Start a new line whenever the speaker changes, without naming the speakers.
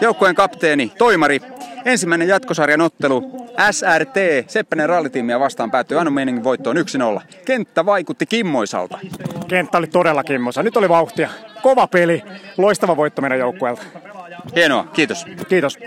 Joukkueen kapteeni, toimari, ensimmäinen jatkosarjan ottelu SRT Seppänen rallitiimiä vastaan päättyi Anu Meiningin voittoon 1-0. Kenttä vaikutti kimmoisalta.
Kenttä oli todella kimmoisa. Nyt oli vauhtia. Kova peli. Loistava voitto meidän joukkueelta.
Hienoa, kiitos.
Kiitos.